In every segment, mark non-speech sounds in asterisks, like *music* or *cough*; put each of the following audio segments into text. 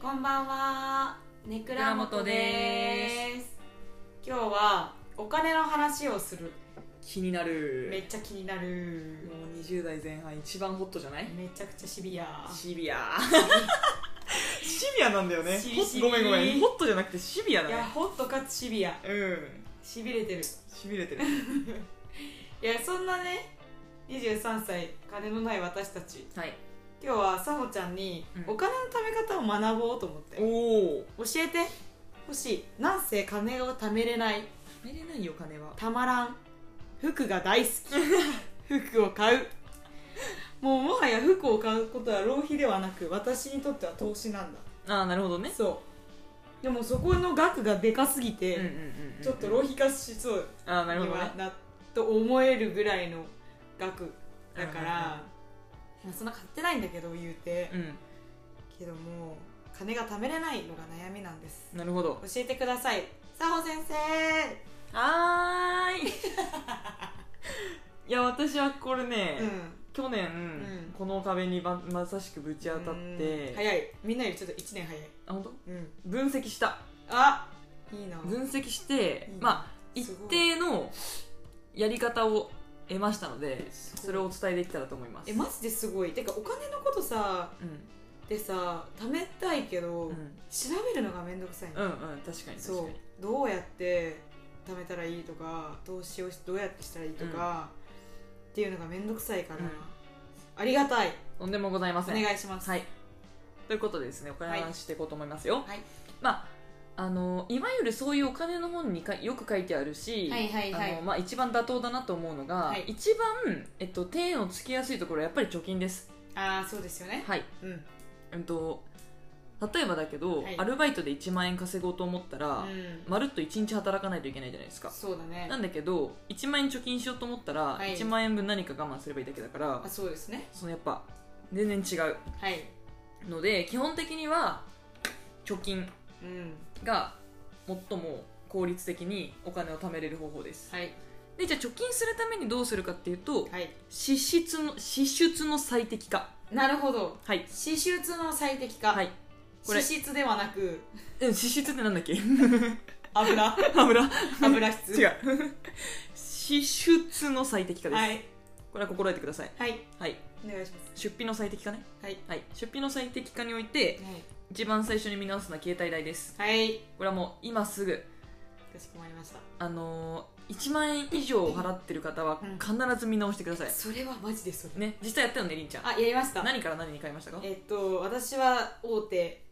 こんばんは。ネクラ元です。今日はお金の話をする。気になるめっちゃ気になる。もう20代前半一番ホットじゃないめちゃくちゃシビア。シビア *laughs* シビアなんだよねシビシビホッごめんごめんホットじゃなくてシビアだいねや、ホットかつシビア。うんしびれてる。しびれてるいや、そんなね、23歳、金のない私たち。はい今日はさほちゃんにうんお金の貯め方を学ぼうと思って。おお教えてほしい。なんせ金を貯めれない。食べれないよ金はたまらん服が大好き *laughs* 服を買うもうもはや服を買うことは浪費ではなく私にとっては投資なんだああなるほどねそうでもそこの額がでかすぎて、うんうんうんうんちょっと浪費化しそうああになるほどねはなと思えるぐらいの額だから、うんうんうんまあ、そんな買ってないんだけど言うて、うけども金が貯めれないのが悩みなんですんなるほど教えてください佐保先生はーい *laughs* いや私はこれね、うん去年、んこの壁にままさしくぶち当たっうんて早いみんなよりちょっと1年早いあ本当うん分析したあいいな分析して、うんまあ一すごい定のやり方を得ましたのでごいそれをお伝えできたらと思いますえマジですごいてかお金のことさうんでさ貯めたいけど、うん調べるのがめんどくさいの、うんうん確かに確そかうにどうやって貯めたらいいとか投資をしどうやってしたらいいとか、っていうのがめんどくさいから、うんありがたいとんでもございまおせん願いしますはいということでですねお金の話していこうと思いますよ、はいまああのいわゆるそういうお金の本にかよく書いてあるし、はいはいはいあのまあ、一番妥当だなと思うのが、はい一番、えっと、手をつきやすいところはやっぱり貯金ですああそうですよねはいうん、うんと例えばだけど、はいアルバイトで1万円稼ごうと思ったうら、んまるっと1日働かないといけないじゃないですかそうだねなんだけど1万円貯金しようと思ったら、い1万円分何か我慢すればいいだけだからあそうですねそのやっぱ全然違うはいので基本的には貯金うんが最も効率的にお金を貯めれる方法です、はいでじゃあ貯金するためにどうするかっていうと、はい支出の支出の最適化なるほどはい支出の最適化、はいこれ支出ではなくうん支出ってなんだっけ *laughs* 油油油質 *laughs* 違う支出の最適化です、はいこれは心得てくださいはいはいお願いしま出費の最適化ねはい、はい、出費の最適化においてす一番最初に見直すのは携帯代ですはいはいこれはもう今すぐかしこまりましたあのー、1万円以上払ってる方はうん必ず見直してください、それはマジでそれね実際やったよねりんちゃんあやりました何から何に変えましたかえっと私は大手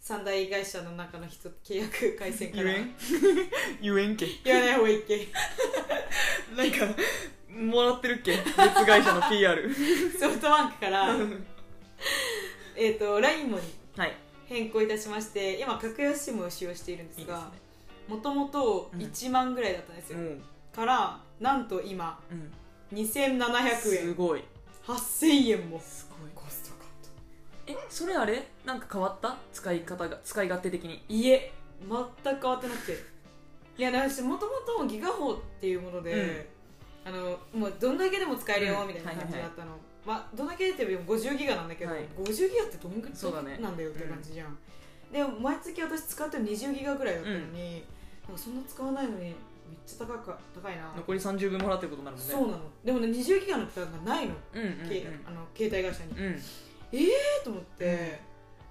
三大会社の中の一つ契約回線から *laughs* んゆえんけ言わない方がいいっけ *laughs* なんかもらってるっけ別会社の PR *laughs* ソフトバンクからえっと LINE もにはい変更いたしまして今格安 SIM を使用しているんでいいすですがもともと1万ぐらいだったんですよ、ねからなんと今うん、うん、 2700す円ごい8000円もすごいコストカットえそれあれなんか変わった使い方が使い勝手的にいえ全く変わってなくていや私もともとギガ法っていうもので、あのもうどんだけでも使えるようんみたいなはいはい感はじだいったの、まあ、どんだけ出ても50ギガなんだけど、はい50ギガってどんぐそうだらねいなんだよって感じじゃん、でも毎月私使ってる20ギガぐらいだったのに、なんかそんな使わないのにめっちゃ高く高いな、残り30分もらってることになるもんねそうなのでもね20ギガのプランがないの,、うんうんうんけあの携帯会社に、うんえーと思って、うん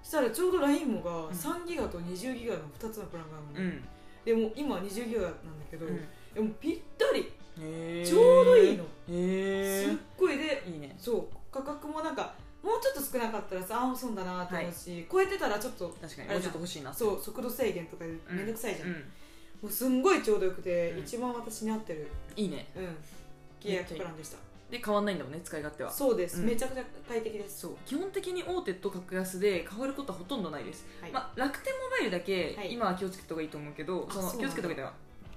そしたらちょうど LINE もがん3ギガと20ギガの2つのプランがあるの、うんでも今20ギガなんだけど、うんでもぴったりへーちょうどいいのへすっごいでえいいねそう価格もなんかもうちょっと少なかったらさああ損だなって思うし、超えてたらちょっと確かにあもれうちじゃょっんと欲しいなそう速度制限とかでんめんどくさいじゃん、うもんうすんごいちょうどよくて、うん一番私に合ってる、いいねうん、契約プランでしで変わんないんだもんね使い勝手たはそうです、うんめちゃくちゃ快適ですそう基本的に大手と格安で変わることはほとんどないです、はい、まあ、楽天モバイルだけはい今は気をつけた方がいいと思うけど、あそのそう気なんだをつけた方がいいのは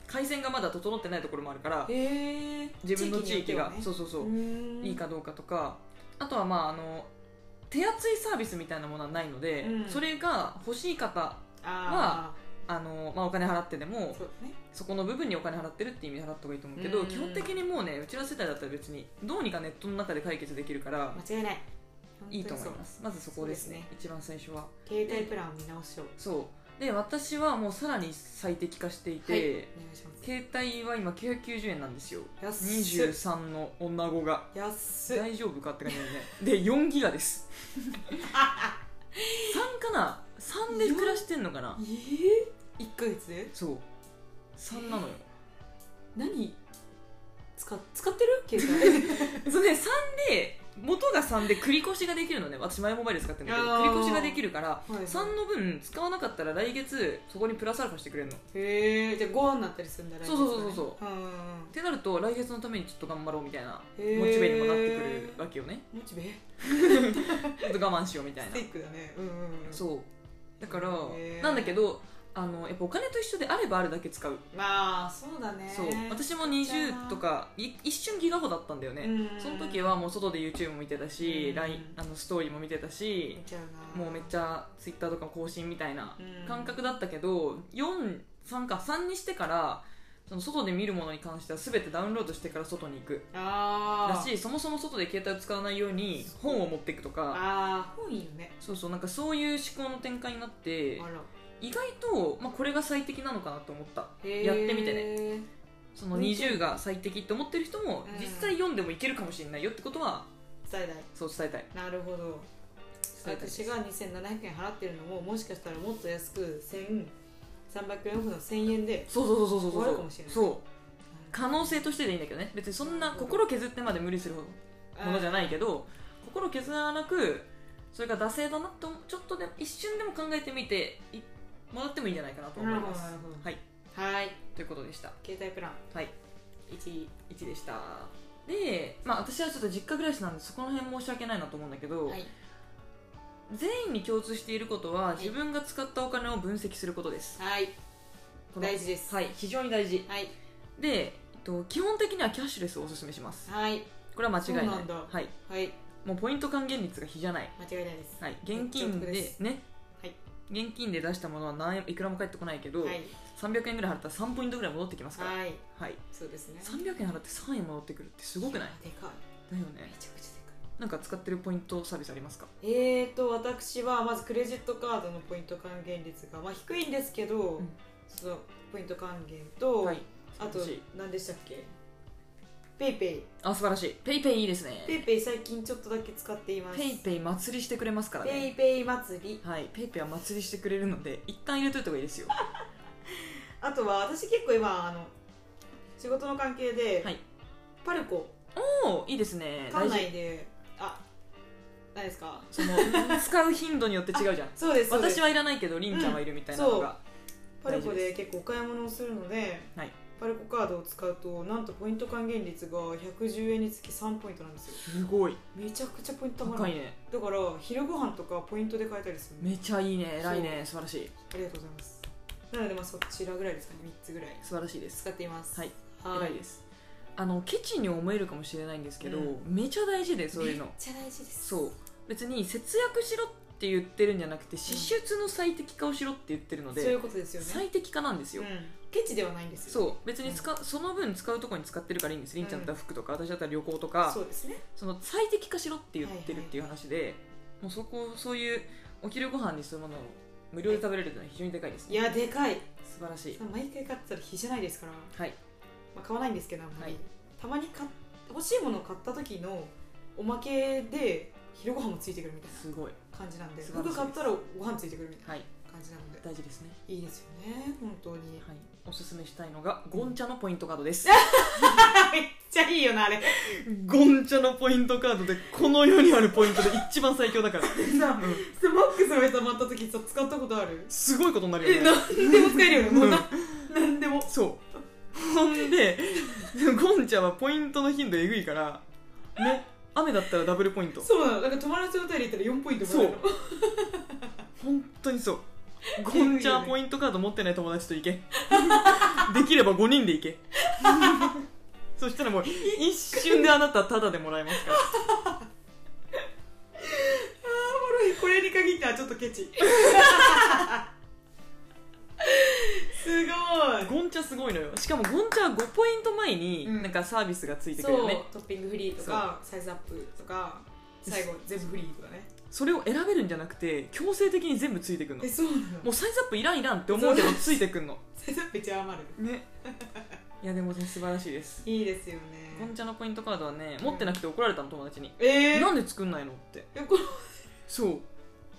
回線がまだ整ってないところもあるからへえ自分の地域がそそうそうそうう、ーんいいかどうかとかあとはまああの手厚いサービスみたいなものはないので、うんそれが欲しい方ああの、まあ、お金払ってでもーそうねそこの部分にお金払ってるって意味で払った方がいいと思うけど、うん基本的にもうねうちら世代だったら別にどうにかネットの中で解決できるから間違いないいいと思いますまずそこですねそう一番最初は携帯プランを見直しようそうで私はもうさらに最適化していて、はいお願いします携帯は今990円なんですよ安っ23の女子が安っ大丈夫かって感じだよねで4ギガです *laughs* 3かな3で暮らしてんのかなええ1ヶ月でそう3なのよ何使っ使ってる *laughs* 携帯そうね3で元が3で繰り越しができるのね私マイモバイル使ってるんだけどあー繰り越しができるからはい3の分使わなかったら来月そこにプラスアルファしてくれるのっへえじゃあ5話になったりするんだねそうそうそうそううんうんうんてなると来月のためにちょっと頑張ろうみたいなへーモチベにもなってくるわけよねモチベちょっと我慢しようみたいスなティックだねうんうんうんそうだからへーなんだけどあのやっぱお金と一緒であればあるだけ使うまあそうだねそう私も20とかい一瞬ギガホだったんだよねうんその時はもう外で YouTube も見てたしうん LINE あのストーリーも見てたし見ちゃうなもうめっちゃ Twitter とかも更新みたいなうん感覚だったけど43か3にしてからその外で見るものに関しては全てダウンロードしてから外に行くああだしそもそも外で携帯を使わないように本を持っていくとかああ本いいよねそうそうなんかそういう思考の展開になってあら意外と、まあ、これが最適なのかなと思ったへーやってみてねその向いてる20が最適って思ってる人もうん実際読んでもいけるかもしれないよってことは伝えたいそう伝えたいなるほど伝えたいです私が2700円払ってるのももしかしたらもっと安く1300円オフの1000円でそうそうそうそうそう終わるそかうもしれない可能性としてでいいんだけどね別にそんな心削ってまで無理するほどものじゃないけど心削らなくそれが惰性だなとちょっとでも一瞬でも考えてみていもらってもいいんじゃないかなと思いますなるほどなるほどはいはいということでした携帯プランはい1 1でしたで、まあ、私はちょっと実家暮らしなんでそこの辺申し訳ないなと思うんだけど、はい全員に共通していることは自分が使ったお金を分析することですはいこの大事ですはい非常に大事はいで、えっと、基本的にはキャッシュレスをおすすめしますはいこれは間違いないそうなんだはい、はいもうポイント還元率が比じゃない、間違いないですはい、現めっ金ちゃお得でですね、はい現金で出したものは何円いくらも返ってこないけど、はい300円ぐらい払ったら3ポイントぐらい戻ってきますから、はいはいそうですね300円払って3円戻ってくるってすごくないでかいだよめねちゃくちゃでかいなんか使ってるポイントサービスありますかえーと私はまずクレジットカードのポイント還元率が、まあ、低いんですけど、んそのポイント還元と、はいあと素晴らしい何でしたっけペイペイあ素晴らしいペイペイいいですねペイペイ最近ちょっとだけ使っていますペイペイ祭りしてくれますからねペイペイ祭りはい、ペイペイは祭りしてくれるので一旦入れといた方がいいですよあとは私結構今あの仕事の関係で、はいパルコおおいいですね館内であ何ですかその使う頻度によって違うじゃんそうですそうです私はいらないけどりんちゃんはいるみたいなのが、パルコで結構お買い物をするので、はいパルコカードを使うとなんとポイント還元率が110円につき3ポイントなんですよすごいめちゃくちゃポイント貯ま高るいねだから昼ご飯とかポイントで買えたりするのめちゃいいね偉いね素晴らしいありがとうございますなのでまあそちらぐらいですかね3つぐらい素晴らしいです使っていますはいは偉いですあのケチに思えるかもしれないんですけど、うめちゃ大事でそういうのめっちゃ大事ですそう別に節約しろって言ってるんじゃなくて支出の最適化をしろって言ってるので、そういうことですよね最適化なんですよ、うんケチではないんですよそう別に使うその分使うとこに使ってるからいいんですりんちゃんだったら服とか、私だったら旅行とかそうですねその最適化しろって言ってるっていう話で、もうそこそういうお昼ご飯にそういうものを無料で食べれるというのは非常にでかいですいねやでかい素晴らしい毎回買ってたら比じゃないですから、はいまあ、買わないんですけどあんまり、はいたまに買っ欲しいものを買った時のおまけで昼ご飯もついてくるみたいすごいな感じなんで素晴らしい僕買ったらご飯ついてくるみたいはいな感じなので大事ですねいいですよね本当 *laughs* にはいおすすめしたいのがゴンチャのポイントカードですめっちゃいいよなあれゴンチャのポイントカードでこの世にあるポイントで一番最強だからさスマックスの目覚まった時さ使ったことあ *laughs* るすごいことになるえよねなんでも使えるよねもうななんでもそうほんでゴンチャはポイントの頻度えぐいからね雨だったらダブルポイントそうなのなんか友達のトイレ行ったら4ポイントもらえるの本当にそうゴンチャーポイントカード持ってない友達と行け *laughs* できれば5人で行 *laughs* けそしたらもう一瞬であなたタダでもらえますからおもろいこれに限ってはちょっとケチすごいゴンチャすごいのよしかもゴンチャは5ポイント前にうんなんかサービスがついてくるそようね、トッピングフリーとかサイズアップとか最後全部フリーとかねそれを選べるんじゃなくて強制的に全部ついてくんのえそうなものうサイズアップいらんいらんって思うけどついてくん *laughs* のサイズアップ一番余るねいやでもね素晴らしいですいいですよねこんちゃんのポイントカードはね持ってなくて怒られたの友達に、えーなんで作んないのってえこれそう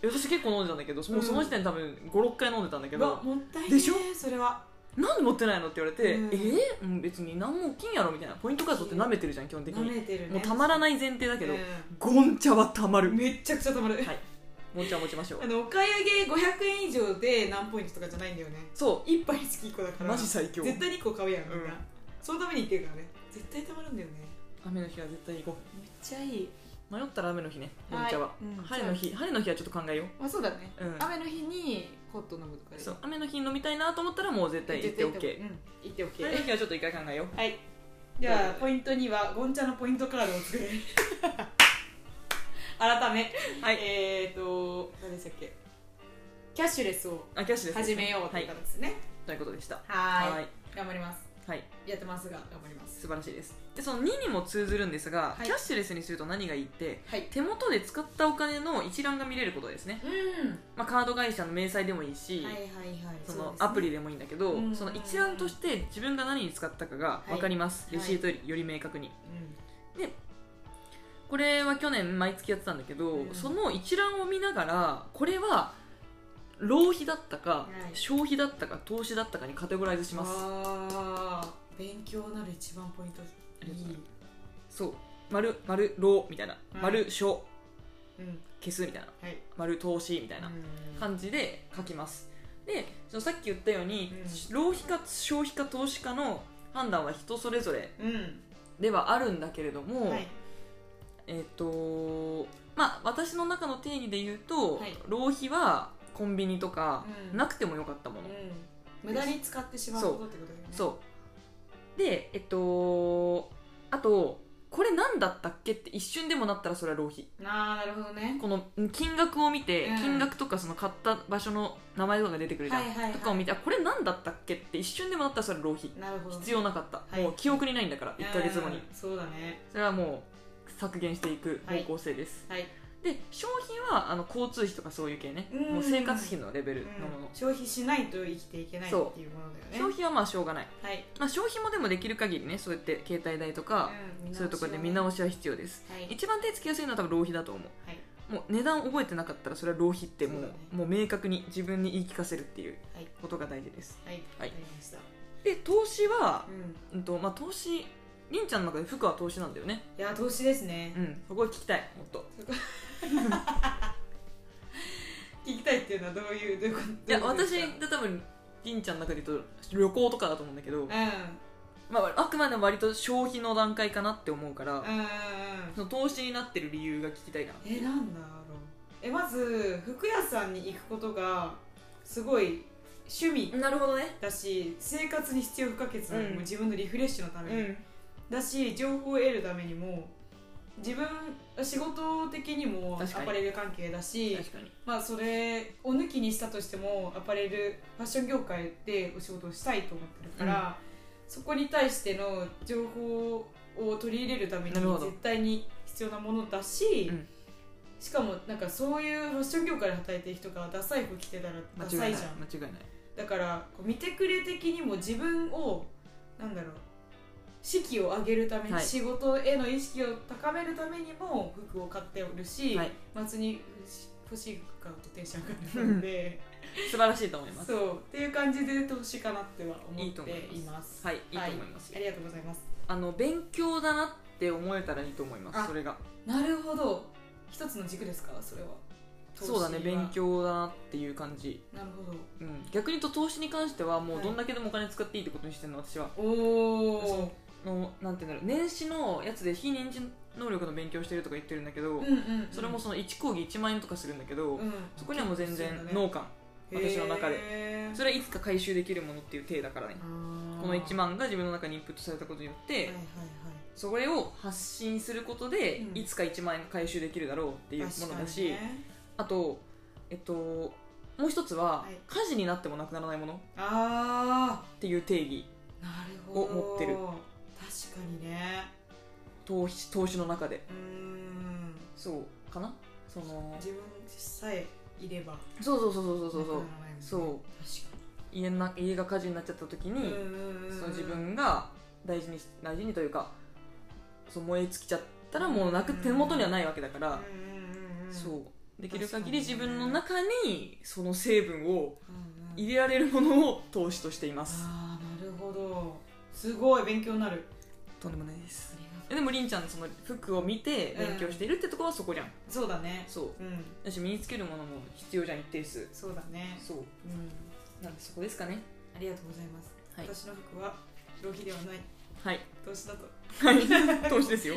え私結構飲んでたんだけどもうその時点で多分56回飲んでたんだけうわど、もったいねでしょそれはなんで持ってないのって言われて、うんえーうん、別に何も起きんやろみたいなポイントカードって舐めてるじゃん基本的舐に、めてるねもうたまらない前提だけど、うゴンチャはたまるんめっちゃくちゃたまる、はいゴンチャ持ちましょうあのお買い上げ500円以上で何ポイントとかじゃないんだよねそ一杯につき1個だかうらマジ最強絶対に1個買うやんみんな、うんそのために言ってるからね絶対たまるんだよね雨の日は絶対行こめっちゃいい、う迷ったら雨の日ねゴンチャは、はいうん晴れの日晴れの日はちょっと考えようまあ、そうだね、うん雨の日にコットン飲むとかでそう雨の日に飲みたいなと思ったらもう絶対行って絶行っ OK て OK うん行って晴 OK れの日はちょっと一回考えようはい。じゃあ、ポイント2は、ゴンチャのポイントカードを *laughs* 作る。改め、はいえっ、ー、と、何でしたっけ。キャッシュレスをあキャッシュレスです始ねめようとはいういことですね。ということでしたはーいはい頑張ります。はいやってますが、頑張ります。素晴らしいですでその2にも通ずるんですが、はいキャッシュレスにすると何がいいってはい。手元で使ったお金の一覧が見れることですね、うまあ、カード会社の明細でもいいし、ん。はいはいはい。そうのですねアプリ。でもいいんだけど、うんその一覧として自分が何に使ったかが分かります、はいレシートよりより明確にこれは去年毎月やってたんだけど、うんその一覧を見ながらこれは浪費だったか、い消費だったか投資だったかにカテゴライズしうん。ますああ、勉強なる一番ポイント。りいがとうござい。そう丸丸浪みたいな、うん丸消うん。消すみたいなはい。丸投資みたいなうん感じで書きますでそのさっき言ったように、う浪費か消費か投資かの判断は人それぞれうん。ではあるんだけれども、はい。えっ、とまあ私の中の定義で言うと、はい浪費はコンビニとか、うんなくてもよかったもの、うん。無駄に使ってしまうことってことだよね。そうでえっとあとこれ何だったっけって一瞬でもなったらそれは浪費あーなるほどねこのん金額を見て、うん金額とかその買った場所の名前とかが出てくるじゃん、はいはいはいとかを見てあこれ何だったっけって一瞬でもなったらそれは浪費なるほど必要なかった、いもう記憶にないんだからうん1ヶ月後にそうだねそれはもう削減していく方向性です、はいで消費はあの交通費とかそういう系ね、うんもう生活費のレベルのもの、消費しないと生きていけないっていうものだよね消費はまあしょうがない、はいまあ、消費もでもできる限りねそうやって携帯代とか、んそういうところで見は直しは必要ですはい一番手つきやすいのは多分浪費だと思うはいもう値段覚えてなかったらそれは浪費ってもうそうだねもう明確に自分に言い聞かせるっていうはいことが大事ですはいはいわかりましたで投資はう、んうんとまあ、投資りんちゃんの中で服は投資なんだよねいや投資ですねうんそこは聞きたいもっと聞きたいっていうのはどういうどういうこといやどううこと私ですで多分りんちゃんの中で言うと旅行とかだと思うんだけど、かまあ、あくまでも割と消費の段階かなって思うから、うんうんうんうんその投資になってる理由が聞きたいかなえなんだろうえまず服屋さんに行くことがすごい趣味なるほどねだし生活に必要不可欠なのうんも自分のリフレッシュのたうめに、んだし情報を得るためにも自分仕事的にも確かアにパレル関係だし確かにまあそれを抜きにしたとしてもアパレルファッション業界でお仕事をしたいと思ってるから、そこに対しての情報を取り入れるためになるほど絶対に必要なものだし、うんしかもなんかそういうファッション業界で働いてる人がダサい服着てたらダ間サ違いいないじゃん間違いないだからこう見てくれ的にも自分をなんだろう士気を上げるために、はい仕事への意識を高めるためにも服を買っておるし、はい松に欲しい服買うとテンション上がるので素晴らしいと思いますそうっていう感じで投資かなっては思いっいと思いてますいますはいいいと思います、ありがとうございますあの勉強だなって思えたらいいと思いまあすそれがなるほど一つの軸ですかそれはそうだね投資は勉強だなっていう感じ、なるうん、逆に言うと投資に関してはもはういどんだけでもお金使っていいってことにしてるの私はほどおおのなんていうんだろう年始のやつで非認知能力の勉強してるとか言ってるんだけど、うんうんそれもそ,、その1講義1万円とかするんだけど、うん、そこにはもう全然そうだね脳幹、私の中でへーそれはいつか回収できるものっていう体だからねここの1万が自分の中にインプットされたことによって、はいはいはいそれを発信することで、うんいつか1万円回収できるだろうっていうものだし、確かにねあとえっともう一つは、はい家事になってもなくならないものっあていう定義あなるほどを持ってる確かにね投資投資の中でうーんそうかなその自分さえいればそうそうそうそうそうそうそうそう家な家が火事になっちゃった時に、その自分が大事にし大事にというかそう燃え尽きちゃったらもうなくうん手元にはないわけだから、そそううできる限り自確かにね分の中にその成分をんうん入れられるものを投資としていますあーなるほどすごい勉強になるとんでもないですえでもりんちゃんのその服を見て勉強しているってところはそこじゃん、そうだねそううんだし身につけるものも必要じゃん一定数そうだねそううんなんでそこですかねありがとうございますはい私の服は浪費ではないはい投資だとはい投資ですよ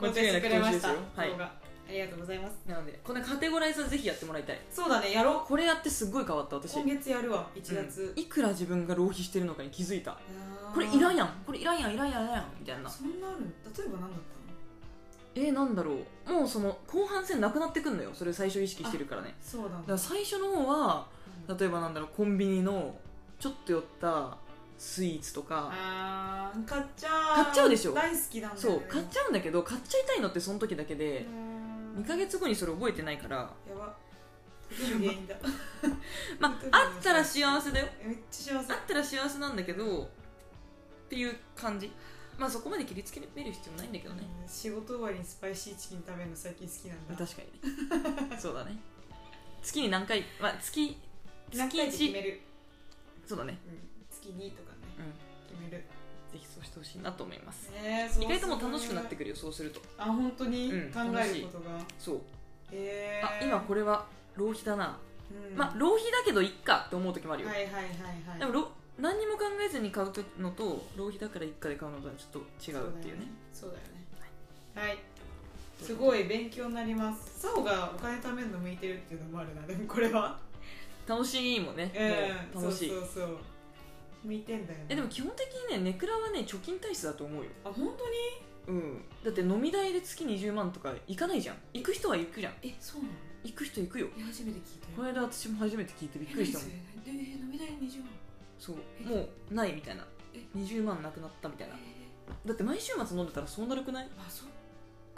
間公開違いしてくなくれま投資しですたよ動はい画ありがとうございます *laughs* なのでこのカテゴライズはぜひやってもらいたいそうだねやろこれやってすごい変わったう私今月やるわ1う月んいくら自分が浪費してるのかに気づいたあーこれいらんやんこれいらんやんいらんやんいらんやんみたいなそんなある例えば何だっえー、なんだろうもうその後半戦なくなってくんのよそれ最初意識してるからねたのそうだだから最初の方はな例えばなんだろうコンビニのちょっと寄ったスイーツとかあー買っちゃう買っちゃうでしょ大好きなんだよそねう買っちゃうんだけど買っちゃいたいのってその時だけうでーん2ヶ月後にそれ覚えてないからやば時の原因だ *laughs* ま本当にああったら幸せだよめっちゃ幸あせったら幸せなんだけどっていう感じまあそこまで切りつける必要ないんだけどねうん仕事終わりにスパイシーチキン食べるの最近好きなんだ確かにねそうだね月に何回まあ月何月回って決1める、そうだねうん、月2とかねうん決めるぜひそうしてほしいなと思いますえーそう意外ともう楽しくなってくくるよそうするとあ本当にうん考えることが、そうえあー、今これは浪費だなうんまあ浪費だけどいっかって思う時もあるよはいはいはいはいでもろ何にも考えずに買うのと浪費だから一家で買うのとはちょっと違うっていうねそうだよねそうだよねはいすごい勉強になりますサオがお金貯めるの向いてるっていうのもあるなでもこれは楽しいもんね、うんもう楽しいそうそうそう向いてんだよねえでも基本的にねネクラはね貯金体質だと思うよ、あ本当にうん、だって飲み代で月20万とか行かないじゃん行く人は行くじゃんえそうなの行く人行くよえ初めて聞いたよこの間私も初めて聞いてびっくりしたもんえ飲み代20万そうえもうないみたいなえ20万なくなったみたいなだって毎週末飲んでたらそうなるくないあそっ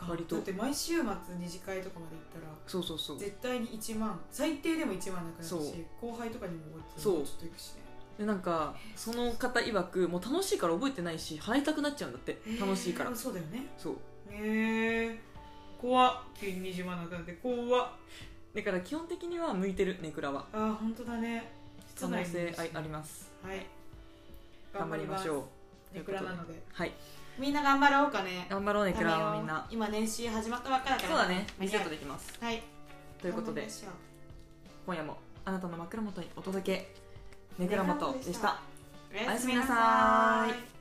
割とだって毎週末二次会とかまで行ったらそうそうそう絶対に1万最低でも1万なくなるしそう後輩とかにもおごってそうちょっと行くしねでなんかその方曰くもう楽しいから覚えてないし払いたくなっちゃうんだって楽しいからえーそうだよねそうへえ怖っ急に20万なくなって怖っだから基本的には向いてるネクラはあー本当だね可能性あはいありますはい頑張りましょううネクラなのではいみんな頑張ろうかね頑張ろうネクラはみんな今年始始まったばっかだからそうだねリセットでできますはいということ頑張でりましょう今夜もあなたの枕元にお届けネクラ元でしたおおややすすみみななささーいい